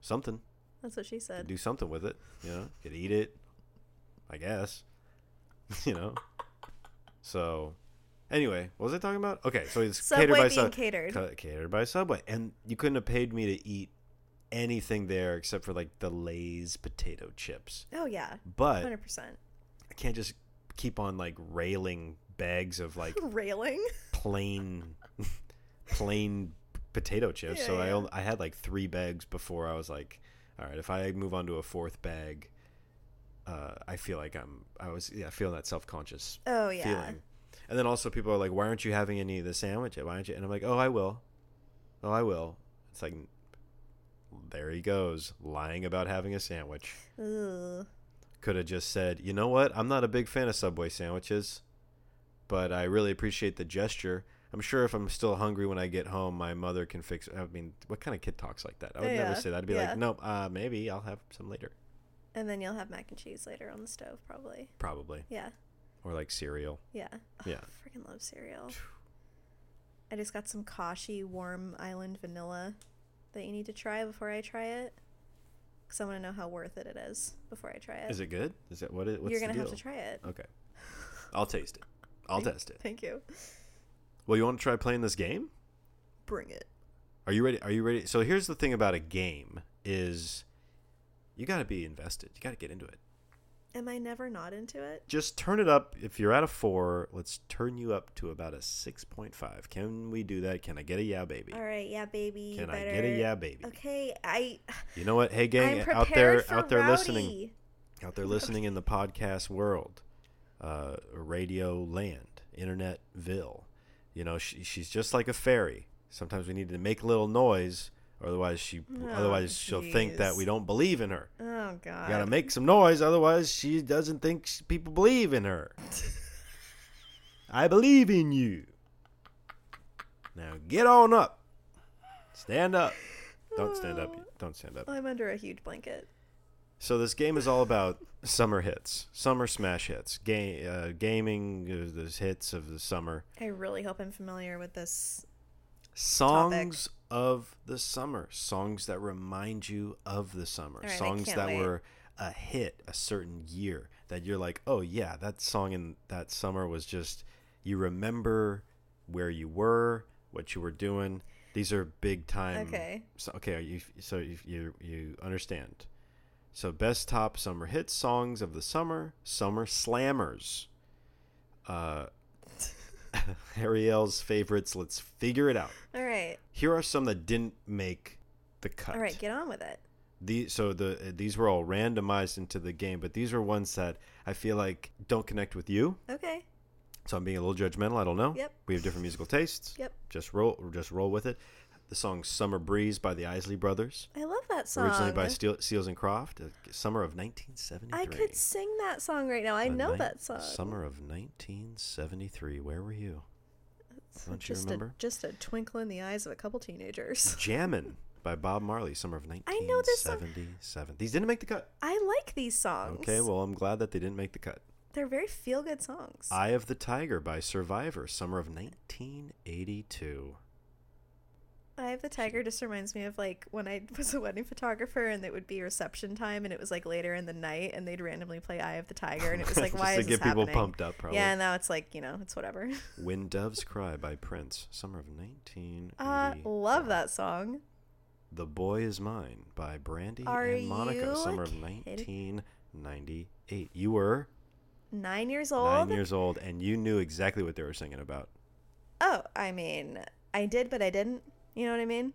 S1: something.
S2: That's what she
S1: Could
S2: said.
S1: do something with it. You know, could eat it. I guess. you know. So, anyway, what was I talking about? Okay, so it's catered
S2: Subway
S1: by
S2: being
S1: Sub-
S2: catered.
S1: ca- catered by Subway, and you couldn't have paid me to eat anything there except for like the Lay's potato chips.
S2: Oh yeah,
S1: But
S2: hundred percent.
S1: I can't just keep on like railing bags of like
S2: Railing.
S1: plain plain potato chips.
S2: Yeah,
S1: so I
S2: yeah.
S1: only, I had like three bags before I was like, all right, if I move on to a fourth bag, uh, I feel like I'm I was yeah feeling that self conscious
S2: Oh yeah.
S1: feeling. And then also people are like, why aren't you having any of the sandwich? Why aren't you? And I'm like, oh, I will. Oh, I will. It's like. There he goes, lying about having a sandwich.
S2: Ugh.
S1: Could have just said, you know what? I'm not a big fan of Subway sandwiches, but I really appreciate the gesture. I'm sure if I'm still hungry when I get home, my mother can fix. I mean, what kind of kid talks like that? I would
S2: Yeah,
S1: never say that. I'd be
S2: yeah.
S1: like, nope, uh, maybe I'll have some later,
S2: And then you'll have mac and cheese later on the stove, probably.
S1: probably,
S2: Yeah,
S1: or like cereal.
S2: yeah. Ugh,
S1: Yeah.
S2: Freaking love cereal. I just got some Kashi warm island vanilla that you need to try before I try it, because I want to know how worth it it is before I try it.
S1: Is it good? Is it what? It, what's
S2: You're
S1: the
S2: gonna have to
S1: deal?
S2: try it.
S1: Okay, I'll taste it. I'll test it.
S2: Thank you.
S1: Well, you want to try playing this game?
S2: Bring it.
S1: Are you ready? Are you ready? So here's the thing about a game is, you got to be invested. You got to get into it.
S2: Am I never not into it?
S1: just turn it up. If you're at a four, let's turn you up to about a six point five. Can we do that? Can I get a yeah, baby?
S2: All right, yeah, baby. you
S1: Can I
S2: better...
S1: get a yeah, baby?
S2: Okay, I.
S1: You know what? Hey, gang,
S2: I'm prepared
S1: out there,
S2: for
S1: out there
S2: rowdy.
S1: listening, out there listening in the podcast world, uh, radio land, internet ville. You know, she, she's just like a fairy. Sometimes we need to make a little noise, otherwise she,
S2: Oh,
S1: otherwise she'll think that
S2: jeez.
S1: we don't believe in her.
S2: Oh God.
S1: You gotta make some noise, otherwise she doesn't think sh- people believe in her. I believe in you. Now get on up. Stand up. Don't stand up. Don't stand up.
S2: I'm under a huge blanket.
S1: So this game is all about summer hits, summer smash hits, game, uh, gaming, uh, those hits of the summer,
S2: I really hope I'm familiar with this.
S1: songs of the summer, songs that remind you of the summer,
S2: All right, I
S1: songs
S2: can't
S1: that
S2: wait.
S1: were a hit a certain year that you're like, oh yeah, that song in that summer was just you remember where you were, what you were doing. These are big time.
S2: Okay.
S1: So okay, are you so you you, you understand. So best top summer hits songs of the summer, summer slammers. Uh, Ariel's favorites. Let's figure it out.
S2: All right.
S1: Here are some that didn't make the cut.
S2: All right. Get on with it.
S1: These, so the uh, these were all randomized into the game, but these are ones that I feel like don't connect with you.
S2: Okay.
S1: So I'm being a little judgmental. I don't know.
S2: Yep.
S1: We have different musical tastes.
S2: Yep.
S1: Just roll, just roll with it. The song "Summer Breeze" by the Isley Brothers,
S2: I love that song.
S1: originally by Steel, Seals and Croft, uh, summer of 1973.
S2: I could sing that song right now. I
S1: The
S2: know
S1: nine-
S2: that song.
S1: Summer of 1973. Where were you? Don't you
S2: just
S1: remember?
S2: A, just a twinkle in the eyes of a couple teenagers.
S1: Jammin' by Bob Marley, summer of
S2: I know this song.
S1: 1977. These didn't make the cut.
S2: I like these songs.
S1: Okay, well, I'm glad that they didn't make the cut.
S2: they're very feel-good songs.
S1: Eye of the Tiger by Survivor, summer of 1982.
S2: I have the tiger just reminds me of like when I was a wedding photographer and it would be reception time and it was like later in the night and they'd randomly play Eye of the Tiger and it was like
S1: Just
S2: why
S1: to
S2: is
S1: get
S2: this
S1: people
S2: happening?
S1: pumped up, probably.
S2: Yeah, and now it's like you know it's whatever.
S1: When Doves Cry by Prince, summer of 1980.
S2: I Uh, love that song.
S1: The Boy Is Mine by Brandy
S2: Are
S1: and Monica,
S2: you
S1: summer of
S2: kidding?
S1: 1998. You were
S2: Nine years old.
S1: nine years old, and you knew exactly what they were singing about.
S2: Oh, I mean, I did, but I didn't. You know what I mean?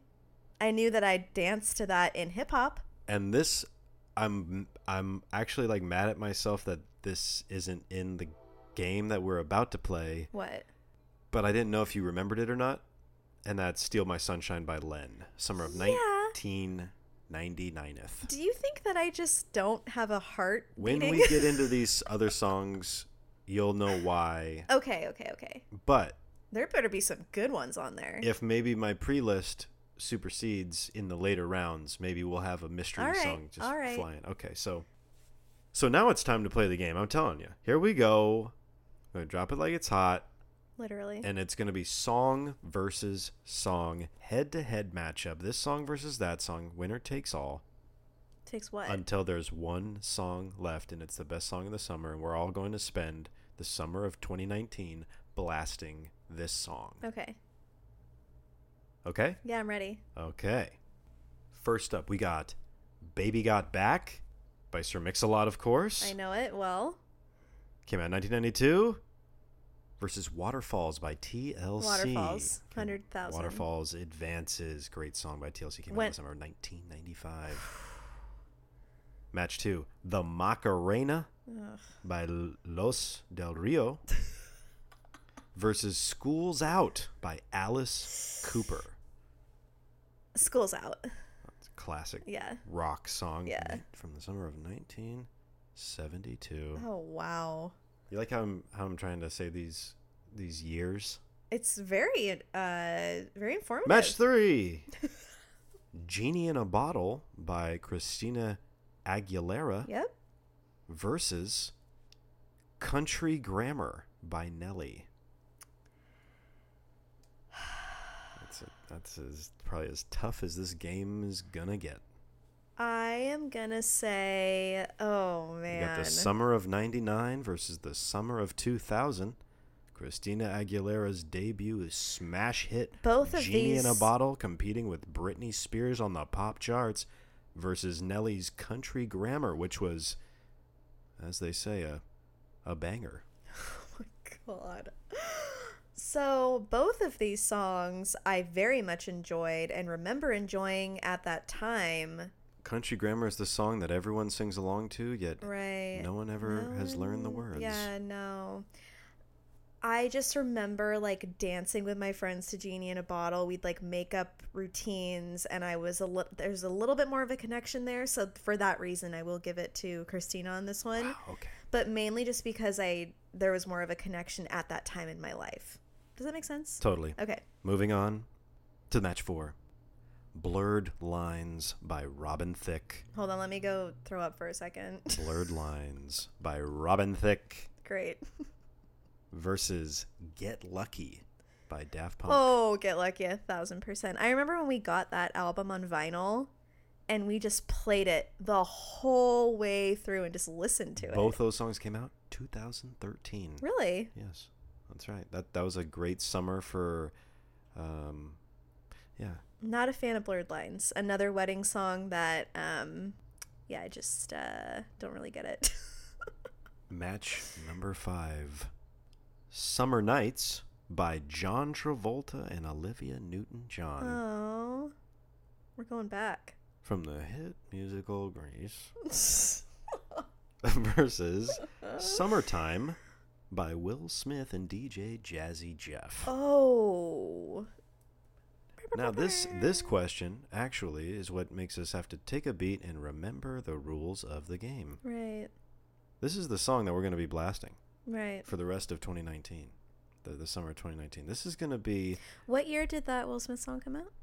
S2: I knew that I danced to that in hip hop.
S1: and this i'm i'm actually like mad at myself that this isn't in the game that we're about to play
S2: What?
S1: but i didn't know if you remembered it or not and that's steal my sunshine by len summer of
S2: Yeah.
S1: 1999
S2: Do you think that I just don't have a heart?
S1: when
S2: beating?
S1: we get into these other songs you'll know why
S2: okay, okay, okay.
S1: but
S2: There better be some good ones on there.
S1: if maybe my pre-list supersedes in the later rounds, maybe we'll have a mystery
S2: All right,
S1: song just
S2: all right.
S1: flying. Okay, so so now it's time to play the game. I'm telling you. Here we go. I'm gonna drop it like it's hot,
S2: Literally.
S1: and it's gonna be song versus song, head-to-head matchup. This song versus that song, winner takes all.
S2: Takes what?
S1: until there's one song left and it's the best song of the summer and we're all going to spend the summer of 2019 blasting this song.
S2: okay.
S1: Okay?
S2: Yeah, I'm ready.
S1: Okay. First up, we got Baby Got Back by Sir Mix-a-Lot, of course.
S2: I know it. Well,
S1: Came out in 1992 versus Waterfalls by TLC.
S2: Waterfalls,
S1: Came-
S2: 100,000.
S1: Waterfalls Advances, great song by TLC came out in
S2: When-
S1: the summer of 1995. Match 2, The Macarena
S2: Ugh.
S1: by L- Los Del Rio versus Schools Out by Alice Cooper.
S2: school's out.
S1: It's a classic
S2: Yeah.
S1: rock song
S2: Yeah.
S1: from the summer of 1972.
S2: Oh wow.
S1: You like how I'm how I'm trying to say these these years?
S2: It's very uh very informative.
S1: Match 3. Genie in a Bottle by Christina Aguilera
S2: Yep.
S1: versus Country Grammar by Nelly. That's a, that's as, probably as tough as this game is gonna get.
S2: I am gonna say oh
S1: You
S2: man.
S1: got the summer of '99 versus the summer of 2000. Christina Aguilera's debut smash hit
S2: Both of
S1: "Genie in a
S2: these-
S1: Bottle" competing with Britney Spears on the pop charts versus Nelly's "Country Grammar," which was, as they say, a a banger.
S2: Oh my god. So, both of these songs I very much enjoyed and remember enjoying at that time.
S1: Country Grammar is the song that everyone sings along to, yet
S2: Right.
S1: no one ever has learned the
S2: one-
S1: words.
S2: Yeah, no. I just remember like dancing with my friends to Genie in a Bottle. We'd like make up routines, and I was a little there's a little bit more of a connection there. So, for that reason, I will give it to Christina on this one,
S1: Wow, Ah, okay.
S2: but mainly just because I there was more of a connection at that time in my life. Does that make sense?
S1: Totally.
S2: Okay.
S1: Moving on to match four. Blurred Lines by Robin Thicke.
S2: Hold on, let me go throw up for a second.
S1: Blurred Lines by Robin Thicke
S2: Great.
S1: versus Get Lucky by Daft Punk.
S2: Oh, get lucky a thousand percent. I remember when we got that album on vinyl and we just played it the whole way through and just listened to
S1: Both those songs came out 2013.
S2: it. Really?
S1: Yes, that's right. That that was a great summer for, um, yeah,
S2: Not a fan of Blurred Lines. Another wedding song that um yeah, I just uh don't really get it.
S1: Match number five Summer Nights by John Travolta and Olivia Newton John
S2: oh. We're going back.
S1: from the hit musical Grease versus Summertime by Will Smith and DJ Jazzy Jeff.
S2: oh.
S1: Now this this question actually is what makes us have to take a beat and remember the rules of the game.
S2: Right.
S1: This is the song that we're going to be blasting
S2: Right.
S1: for the rest of 2019. The, the summer of 2019. This is going to be
S2: What year did that Will Smith song come out?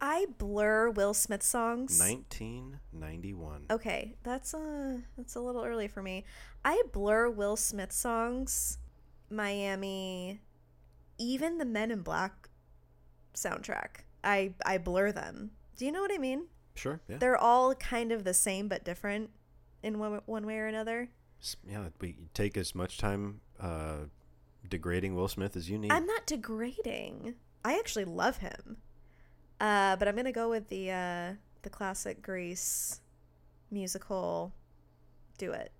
S2: I blur Will Smith songs.
S1: 1991.
S2: Okay, that's uh that's a little early for me. I blur Will Smith songs, Miami, even the Men in Black soundtrack. I I blur them. Do you know what I mean?
S1: Sure. Yeah.
S2: They're all kind of the same but different in one one way or another.
S1: S- yeah. We take as much time uh, degrading Will Smith as you need.
S2: I'm not degrading. I actually love him. Uh, but I'm gonna go with the uh, the classic Grease musical. Do it.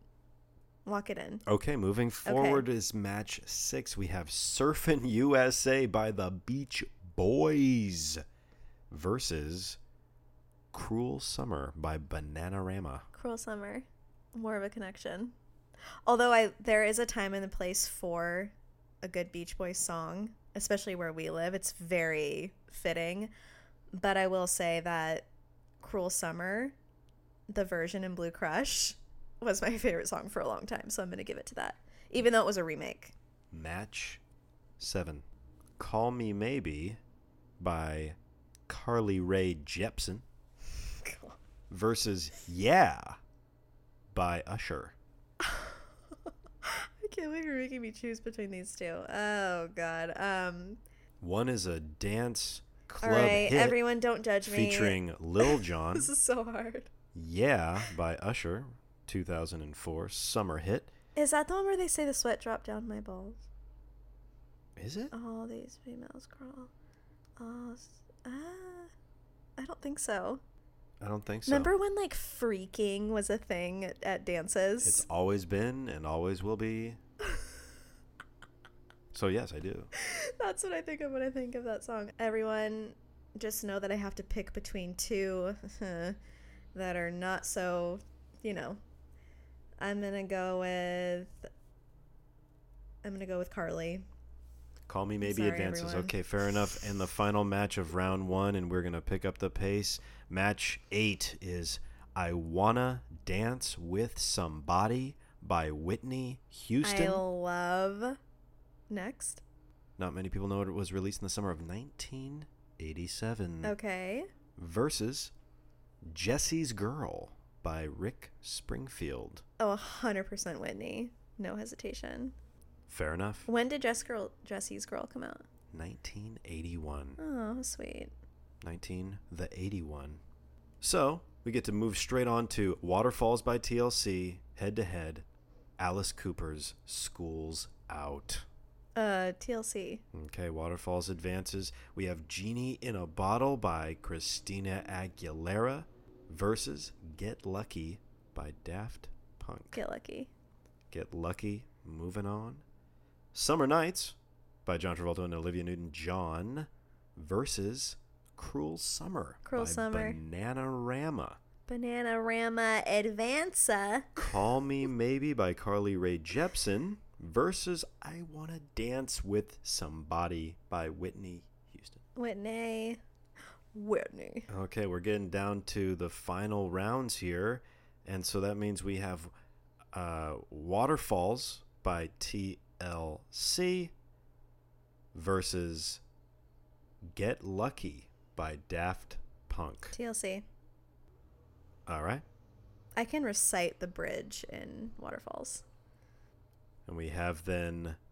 S2: Lock it in.
S1: okay. Moving forward is match six. We have Surfin' USA by the Beach Boys versus Cruel Summer by Bananarama.
S2: Cruel Summer. More of a connection. Although I there is a time and a place for a good Beach Boys song, especially where we live. It's very fitting. But I will say that Cruel Summer, the version in Blue Crush, was my favorite song for a long time, so I'm gonna give it to that. Even though it was a remake.
S1: Match seven. Call Me Maybe by Carly Rae Jepsen versus Yeah by Usher.
S2: I can't believe you're making me choose between these two. Oh god. Um
S1: One is a dance
S2: all
S1: club
S2: right,
S1: hit
S2: everyone don't judge me.
S1: featuring Lil Jon
S2: This is so hard.
S1: Yeah by Usher, 2004 summer hit.
S2: Is that the one where they say the sweat dropped down my balls?
S1: Is it?
S2: All these females crawl. Oh, s- ah, I don't think so.
S1: I don't think so.
S2: Remember when like freaking was a thing at, at dances?
S1: It's always been and always will be. so yes, I do.
S2: That's what I think of when I think of that song. Everyone, just know that I have to pick between two that are not so, you know. I'm gonna go with. I'm gonna go with Carly.
S1: Call me maybe
S2: sorry,
S1: advances.
S2: everyone.
S1: Okay, fair enough. And the final match of round one, and we're gonna pick up the pace. Match eight is "I Wanna Dance with Somebody" by Whitney Houston.
S2: I love. Next.
S1: Not many people know it was released in the summer of
S2: Oh,
S1: 1987.
S2: Okay.
S1: Versus "Jesse's Girl" by Rick Springfield.
S2: Oh, 100% Whitney. No hesitation.
S1: Fair enough.
S2: When did Jess Girl, Jesse's Girl come out?
S1: 1981.
S2: Oh, sweet.
S1: 19 the 81 so we get to move straight on to waterfalls by tlc head to head alice cooper's schools out
S2: Uh, TLC.
S1: okay waterfalls advances we have genie in a bottle by christina aguilera versus get lucky by daft punk
S2: Get lucky.
S1: get lucky moving on summer nights by john travolta and olivia newton-john versus cruel summer
S2: Cruel
S1: by
S2: Summer.
S1: bananarama
S2: Banana Rama Advanza.
S1: call me maybe by carly ray jepsen versus i wanna dance with somebody by whitney houston
S2: Whitney. Whitney.
S1: Okay, we're getting down to the final rounds here, and so that means we have uh, "Waterfalls" by TLC versus "Get Lucky" by Daft Punk.
S2: TLC.
S1: All right,
S2: I can recite the bridge in Waterfalls.
S1: and we have then.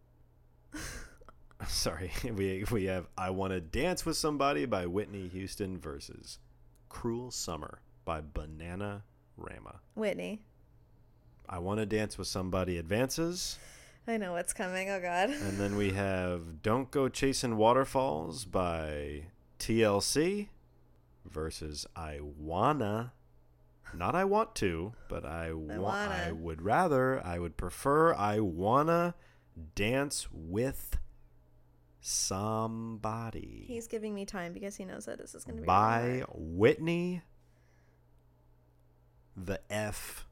S1: Sorry, we we have "I Want to Dance with Somebody" by Whitney Houston versus "Cruel Summer" by Banana Rama.
S2: Whitney.
S1: I Want to Dance with Somebody advances.
S2: I know what's coming. Oh, God.
S1: And then we have Don't Go Chasing Waterfalls by TLC versus I Wanna. Not I Want to, but I, wa- I,
S2: wanna.
S1: would rather, I would prefer, I Wanna Dance with Somebody
S2: He's giving me time because he knows that this is going to be. really
S1: by
S2: hard.
S1: Whitney the F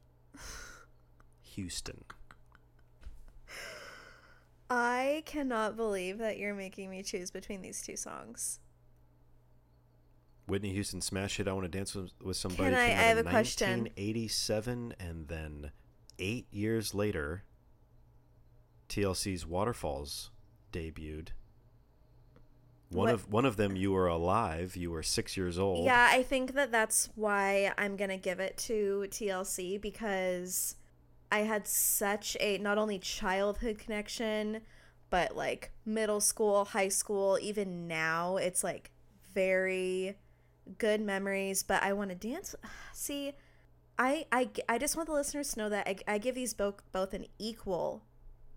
S1: Houston.
S2: I cannot believe that you're making me choose between these two songs.
S1: Whitney Houston smash hit. I want to dance with, with somebody.
S2: Can I-
S1: came out
S2: I have
S1: in
S2: a question.
S1: 1987, and then eight years later, TLC's Waterfalls debuted. One
S2: What-
S1: of one of them, you were alive. You were six years old.
S2: Yeah, I think that that's why I'm going to give it to TLC because I had such a not only childhood connection, but like middle school, high school, even now, it's like very good memories, but I want to dance. See, I, I, g- I just want the listeners to know that I, I give these both both an equal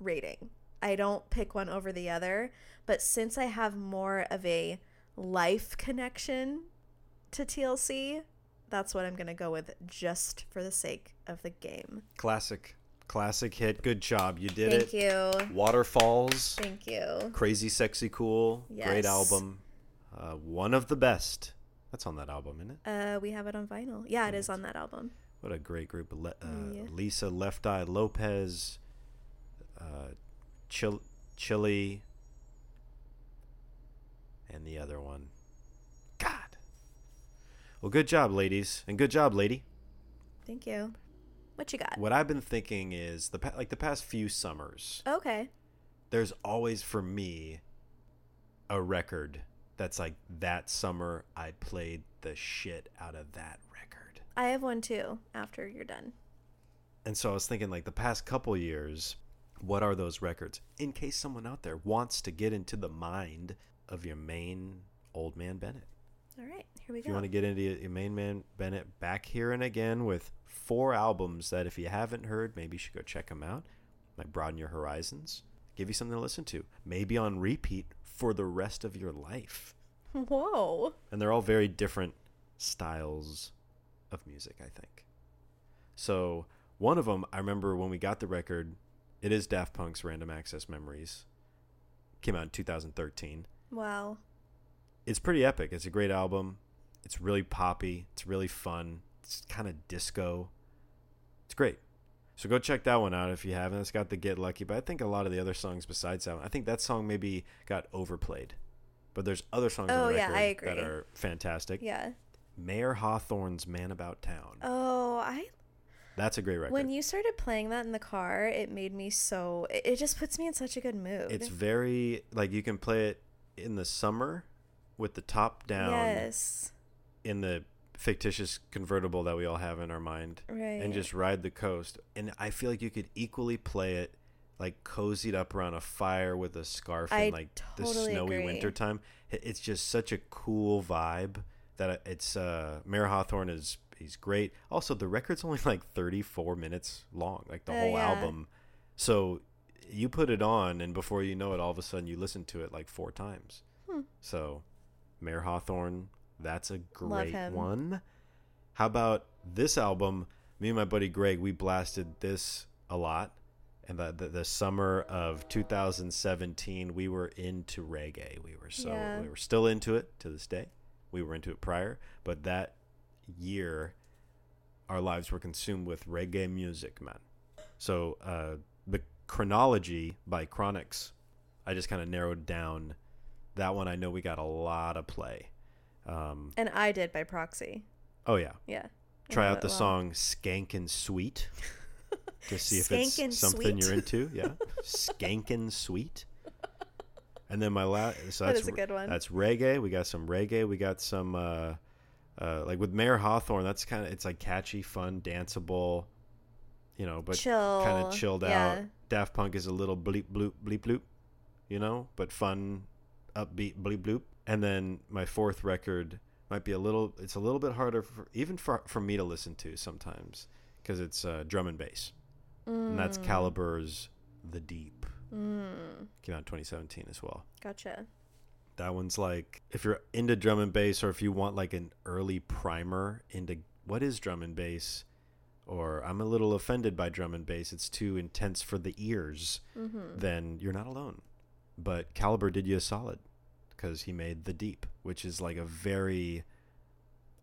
S2: rating. I don't pick one over the other, but since I have more of a life connection to TLC, that's what I'm going to go with just for the sake of the game.
S1: Classic, classic hit. Good job. You did
S2: Thank
S1: it.
S2: you.
S1: Waterfalls.
S2: Thank you.
S1: Crazy, sexy, cool. Great
S2: Yes.
S1: album. Uh, one of the best. That's on that album, isn't it?
S2: Uh, we have it on vinyl. Yeah, it is on that album.
S1: What a great group. Le- uh,
S2: Yeah.
S1: Lisa Left Eye Lopez, uh, Chil- Chili, and the other one. God. Well, good job, ladies. And good job, lady.
S2: Thank you. What you got?
S1: What I've been thinking is the pa- like the past few summers,
S2: Okay.
S1: there's always for me a record that's like that summer I played the shit out of that record.
S2: I have one too after you're done.
S1: And so I was thinking, like, the past couple years, what are those records? In case someone out there wants to get into the mind of your main old man Bennett.
S2: All right, here we
S1: If
S2: go.
S1: you want to get into your main man Bennett back here and again with four albums that if you haven't heard, maybe you should go check them out. Might broaden your horizons, give you something to listen to, maybe on repeat for the rest of your life.
S2: Whoa.
S1: And they're all very different styles of music, I think. So one of them, I remember when we got the record, it is Daft Punk's Random Access Memories. Came out in 2013
S2: Wow.
S1: it's pretty epic. It's a great album. It's really poppy. It's really fun. It's kind of disco. It's great. So go check that one out if you haven't. It's got the Get Lucky, but I think a lot of the other songs besides that, one, I think that song maybe got overplayed. But there's other songs
S2: Oh,
S1: on the
S2: yeah,
S1: record
S2: I
S1: that
S2: agree.
S1: are fantastic.
S2: Yeah.
S1: Mayor Hawthorne's Man About Town.
S2: Oh, I
S1: That's a great record.
S2: when you started playing that in the car, it made me so it, it just puts me in such a good mood.
S1: it's very like you can play it in the summer with the top down
S2: Yes.
S1: in the fictitious convertible that we all have in our mind.
S2: Right.
S1: and just ride the coast. And I feel like you could equally play it like cozied up around a fire with a scarf
S2: I
S1: in like the
S2: totally
S1: snowy
S2: agree.
S1: wintertime. I- It's just such a cool vibe that I- it's uh Mayor Hawthorne is he's great. Also the record's only like 34 minutes long, like the
S2: Oh,
S1: whole
S2: yeah.
S1: album. So you put it on and before you know it all of a sudden you listen to it like four times.
S2: Hmm.
S1: So Mayor Hawthorne, that's a great
S2: him.
S1: one. How about this album? Me and my buddy Greg, we blasted this a lot. And the, the, the summer of 2017, we were into reggae. We were so
S2: Yeah.
S1: we were still into it to this day. We were into it prior, but that year, our lives were consumed with reggae music, man. So uh, the chronology by Chronix, I just kind of narrowed down. That one I know we got a lot of play. Um,
S2: and I did by proxy.
S1: oh yeah,
S2: Yeah. I
S1: try
S2: know
S1: out
S2: it
S1: the
S2: well.
S1: song "Skank and Sweet" to see if it's
S2: Skankin'
S1: something
S2: Sweet.
S1: you're into. Yeah, "Skank and Sweet." And then my last, so
S2: That
S1: that's
S2: is a
S1: re-
S2: good one.
S1: That's reggae. We got some reggae. We got some uh, uh, like with Mayor Hawthorne. That's kind of it's like catchy, fun, danceable. You know, but kind
S2: Chill,
S1: of chilled out.
S2: Oh, yeah.
S1: Daft Punk is a little bleep bloop bleep bloop, you know, but fun, upbeat bleep bloop. And then my fourth record might be a little. It's a little bit harder, for, even for for me to listen to sometimes, because it's uh, drum and bass, and that's Caliber's "The Deep."
S2: Mm,
S1: Came out in 2017 as well.
S2: gotcha.
S1: That one's like if you're into drum and bass or if you want like an early primer into what is drum and bass or I'm a little offended by drum and bass, it's too intense for the ears,
S2: Mm-hmm.
S1: then you're not alone. But Caliber did you a solid because he made The Deep, which is like a very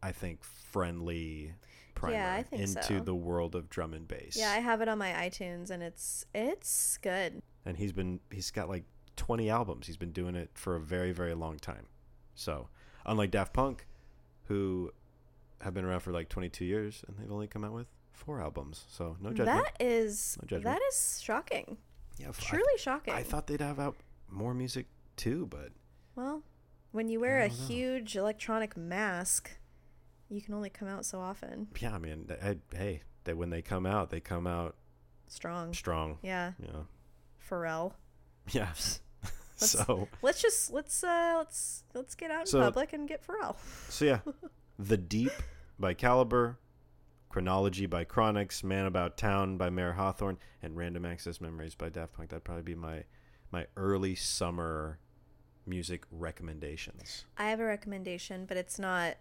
S1: I think friendly primer
S2: I think
S1: into
S2: so.
S1: the world of drum and bass.
S2: Yeah, I have it on my iTunes and it's it's good.
S1: and he's been he's got like 20 albums he's been doing it for a very very long time so unlike daft punk who have been around for like 22 years and they've only come out with four albums so no judgment
S2: That is
S1: No judgment.
S2: that is shocking.
S1: yeah f- I-
S2: Truly shocking.
S1: I, thought they'd have out more music too but
S2: Well, when you wear a
S1: don't know.
S2: huge electronic mask, you can only come out so often.
S1: yeah i mean th- I, hey they when they come out they come out
S2: Strong.
S1: strong
S2: Yeah,
S1: yeah
S2: Pharrell.
S1: yeah so
S2: Let's just let's uh let's let's get out in
S1: So-
S2: public and get Pharrell.
S1: So yeah, The Deep by Caliber, Chronology by Chronix, Man About Town by Mayor Hawthorne, and Random Access Memories by Daft Punk. That'd probably be my my early summer music recommendations.
S2: I have a recommendation, but it's not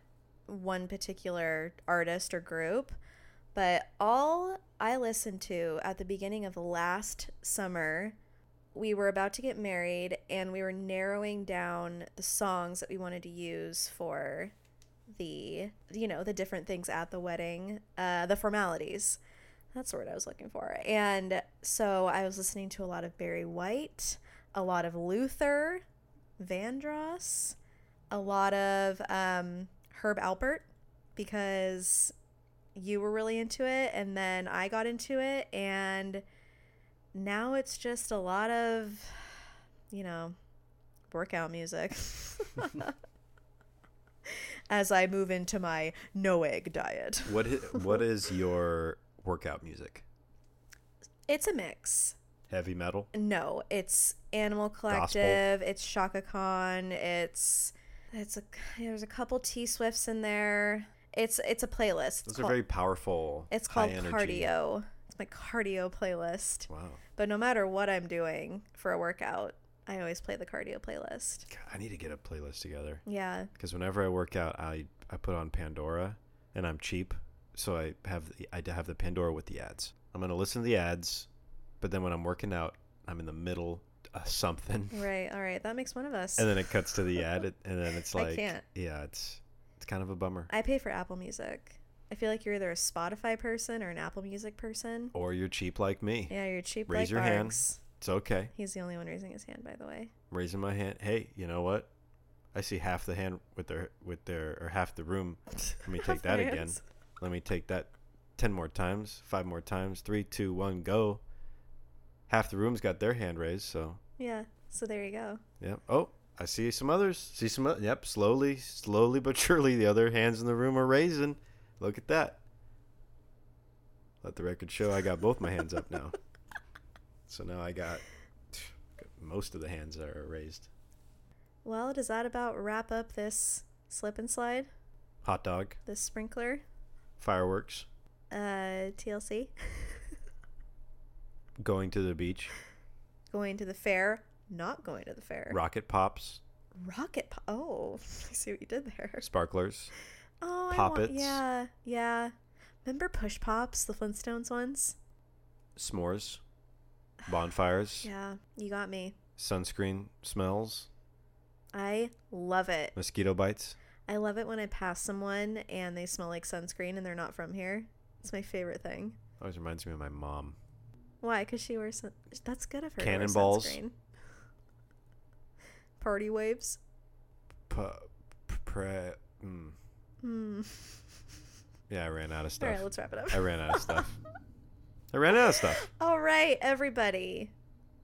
S2: one particular artist or group. But all I listened to at the beginning of last summer, we were about to get married and we were narrowing down the songs that we wanted to use for the, you know, the different things at the wedding, uh, the formalities. That's the word I was looking for. And so I was listening to a lot of Barry White, a lot of Luther, Vandross a lot of um, Herb Alpert because you were really into it, and then I got into it, and now it's just a lot of, you know, workout music. As I move into my no egg diet,
S1: What is, what is your workout music?
S2: it's a mix.
S1: Heavy metal?
S2: No, it's Animal Collective, it's Shaka Khan, it's It's a there's a couple T Swifts in there. It's it's a playlist. It's
S1: Those
S2: called,
S1: are very powerful.
S2: it's called
S1: high energy.
S2: cardio. It's my cardio playlist.
S1: Wow.
S2: But no matter what I'm doing for a workout, I always play the cardio playlist.
S1: God, I need to get a playlist together
S2: Yeah.
S1: because whenever I work out, I I put on Pandora, and I'm cheap, so I have the, I have the Pandora with the ads. I'm gonna listen to the ads, but then when I'm working out, I'm in the middle of something,
S2: Right. All right. That makes one of us.
S1: and then it cuts to the ad, and then it's
S2: I
S1: like,
S2: can't.
S1: yeah, it's it's kind of a bummer.
S2: I pay for Apple Music. I feel like you're either a Spotify person or an Apple Music person.
S1: Or you're cheap like me.
S2: Yeah, you're cheap
S1: Raise
S2: like
S1: your hand.
S2: Barks.
S1: It's okay.
S2: He's the only one raising his hand, by the way.
S1: raising my hand. Hey, you know what? I see half the hand with their with their or half the room. Let me take that again.
S2: Hands.
S1: Let me take that ten more times, five more times, three, two, one, go. Half the room's got their hand raised, so
S2: Yeah. So there you go.
S1: yep. Oh, I see some others. See some oth- yep, slowly, slowly but surely the other hands in the room are raising. Look at that. Let the record show I got both my hands up now. So now I got most of the hands that are raised.
S2: Well, does that about wrap up this slip and slide,
S1: Hot dog.
S2: this sprinkler,
S1: fireworks,
S2: uh, TLC,
S1: going to the beach,
S2: going to the fair, not going to the fair,
S1: rocket pops,
S2: rocket? Po- oh, I see what you did there.
S1: sparklers.
S2: Oh, I
S1: Poppets.
S2: Want, yeah, yeah. Remember push pops, the Flintstones ones?
S1: s'mores, bonfires,
S2: Yeah, you got me.
S1: sunscreen smells,
S2: I love it.
S1: mosquito bites.
S2: I love it when I pass someone and they smell like sunscreen and they're not from here. It's my favorite thing.
S1: Always reminds me of my mom.
S2: Why? Because she wears sun- that's good of her. to wear
S1: Cannonballs.
S2: sunscreen. Party waves.
S1: P- p- pre- mm.
S2: Hmm.
S1: Yeah, I ran out of
S2: All
S1: stuff.
S2: right, let's wrap it up.
S1: I ran out of stuff. I ran out of stuff.
S2: All right, everybody.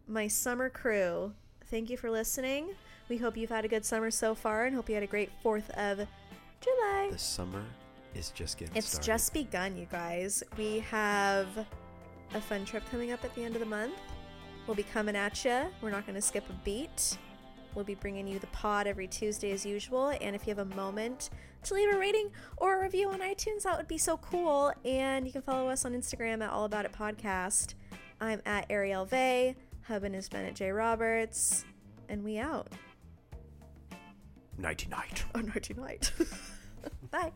S2: My summer crew, thank you for listening. We hope you've had a good summer so far and hope you had a great 4th of July.
S1: The summer is just getting
S2: It's
S1: started.
S2: just begun, you guys. We have a fun trip coming up at the end of the month. We'll be coming at you. We're not going to skip a beat. We'll be bringing you the pod every Tuesday as usual. And if you have a moment to leave a rating or a review on iTunes, that would be so cool. And you can follow us on Instagram at All About It Podcast. I'm at Ariel Vay. Hubin has been at J Roberts. And we out Oh,
S1: nighty night.
S2: on our tonight. Bye.